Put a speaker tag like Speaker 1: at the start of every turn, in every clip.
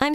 Speaker 1: I'm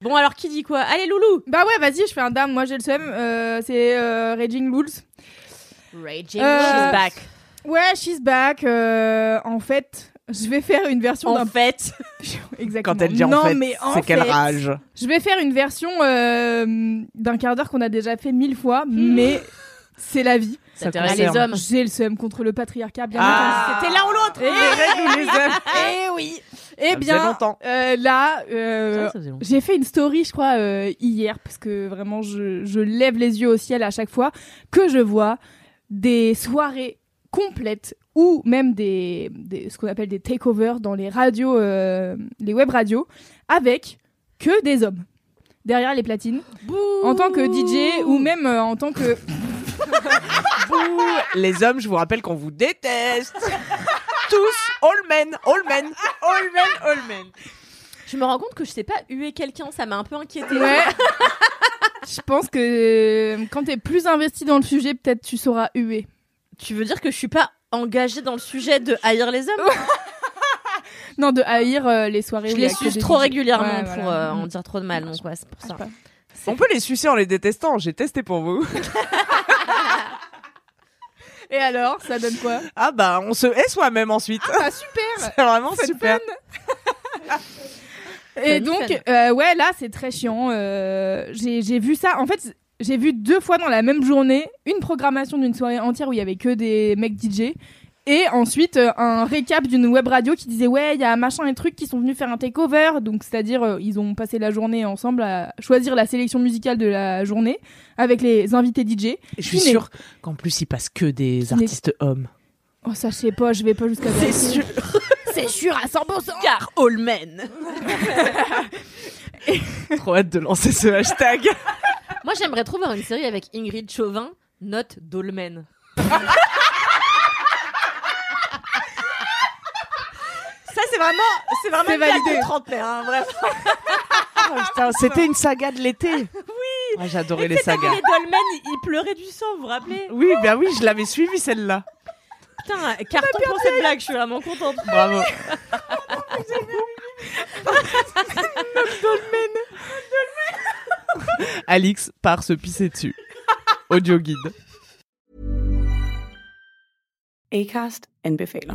Speaker 2: Bon, alors qui dit quoi Allez, Loulou
Speaker 3: Bah ouais, vas-y, je fais un dame. Moi, j'ai le seum. Euh, c'est euh, Raging Lools.
Speaker 2: Raging,
Speaker 3: Euh,
Speaker 2: she's back.
Speaker 3: Ouais, she's back. Euh, en fait, je vais faire une version
Speaker 2: En
Speaker 3: d'un.
Speaker 2: fait,
Speaker 3: Exactement.
Speaker 4: Quand elle dit en
Speaker 3: non,
Speaker 4: fait,
Speaker 3: mais en
Speaker 4: c'est qu'elle
Speaker 3: fait,
Speaker 4: rage.
Speaker 3: Je vais faire une version euh, d'un quart d'heure qu'on a déjà fait mille fois, mais c'est la vie.
Speaker 2: ça
Speaker 4: concerne.
Speaker 2: t'intéresse les hommes.
Speaker 3: J'ai le seum contre le patriarcat, bien
Speaker 4: Ah.
Speaker 2: C'était l'un ou l'autre
Speaker 3: entendu.
Speaker 4: Les règles, les hommes.
Speaker 3: Eh eh oui. Eh
Speaker 4: faisait
Speaker 3: bien,
Speaker 4: longtemps.
Speaker 3: euh, là,
Speaker 2: Ça,
Speaker 3: euh,
Speaker 2: ça faisait longtemps.
Speaker 3: j'ai fait une story, je crois, euh, hier, parce que vraiment, je, je lève les yeux au ciel à chaque fois que je vois des soirées complètes ou même des, des- ce qu'on appelle des takeovers dans les radios, euh, les web radios, avec que des hommes derrière les platines, en tant que DJ ou même euh, en tant que
Speaker 4: Bouh. Les hommes, je vous rappelle qu'on vous déteste. Tous, all men, all men, all men, all men.
Speaker 2: Je me rends compte que je sais pas huer quelqu'un, ça m'a un peu inquiété.
Speaker 3: Ouais. Je pense que euh, quand t'es plus investi dans le sujet, peut-être tu sauras huer.
Speaker 2: Tu veux dire que je suis pas engagée dans le sujet de haïr les hommes
Speaker 3: Non, de haïr euh, les soirées.
Speaker 2: Je
Speaker 3: où il y
Speaker 2: les
Speaker 3: a que
Speaker 2: suce
Speaker 3: des
Speaker 2: trop
Speaker 3: DJ.
Speaker 2: régulièrement
Speaker 3: Ouais,
Speaker 2: pour
Speaker 3: voilà.
Speaker 2: euh, en dire trop de mal, donc ouais, c'est pour ça.
Speaker 4: On peut les sucer en les détestant, j'ai testé pour vous.
Speaker 3: Et alors, ça donne quoi
Speaker 4: Ah bah, on se hait soi-même ensuite.
Speaker 3: Ah, super
Speaker 4: C'est vraiment
Speaker 3: C'est
Speaker 4: super.
Speaker 3: Et
Speaker 2: Fun,
Speaker 3: donc,
Speaker 2: fun.
Speaker 3: euh, ouais, là, c'est très chiant. euh, j'ai j'ai vu ça. En fait, j'ai vu deux fois dans la même journée une programmation d'une soirée entière où il y avait que des mecs DJ. Et ensuite, euh, un récap d'une web radio qui disait Ouais, il y a machin et truc qui sont venus faire un takeover. Donc, c'est-à-dire, euh, ils ont passé la journée ensemble à choisir la sélection musicale de la journée avec les invités DJ.
Speaker 4: Et je suis
Speaker 3: Qui n'est-
Speaker 4: sûre qu'en plus, il passe que des artistes hommes.
Speaker 3: Oh, ça, je sais pas, je vais pas jusqu'à
Speaker 2: C'est
Speaker 3: vérifier.
Speaker 2: sûr,
Speaker 3: C'est sûr à 100%.
Speaker 2: car all men.
Speaker 4: Trop hâte de lancer ce hashtag.
Speaker 2: Moi, j'aimerais trop voir une série avec Ingrid Chauvin, note d'Olmen.
Speaker 4: Ça, c'est vraiment, c'est vraiment
Speaker 3: C'est
Speaker 4: une blague
Speaker 3: validé.
Speaker 4: de trentenaire, hein, bref. Ah, putain, C'était une saga de l'été. Oui. J'adorais les sagas.
Speaker 2: Les Dolmen, il pleurait du sang, vous vous rappelez
Speaker 4: Oui, bah oui, je l'avais suivi celle-là.
Speaker 2: Putain, carton pour cette blague, je suis vraiment contente.
Speaker 4: Bravo. Alix part se pisser dessus. Audio guide.
Speaker 5: Acast anbefaler.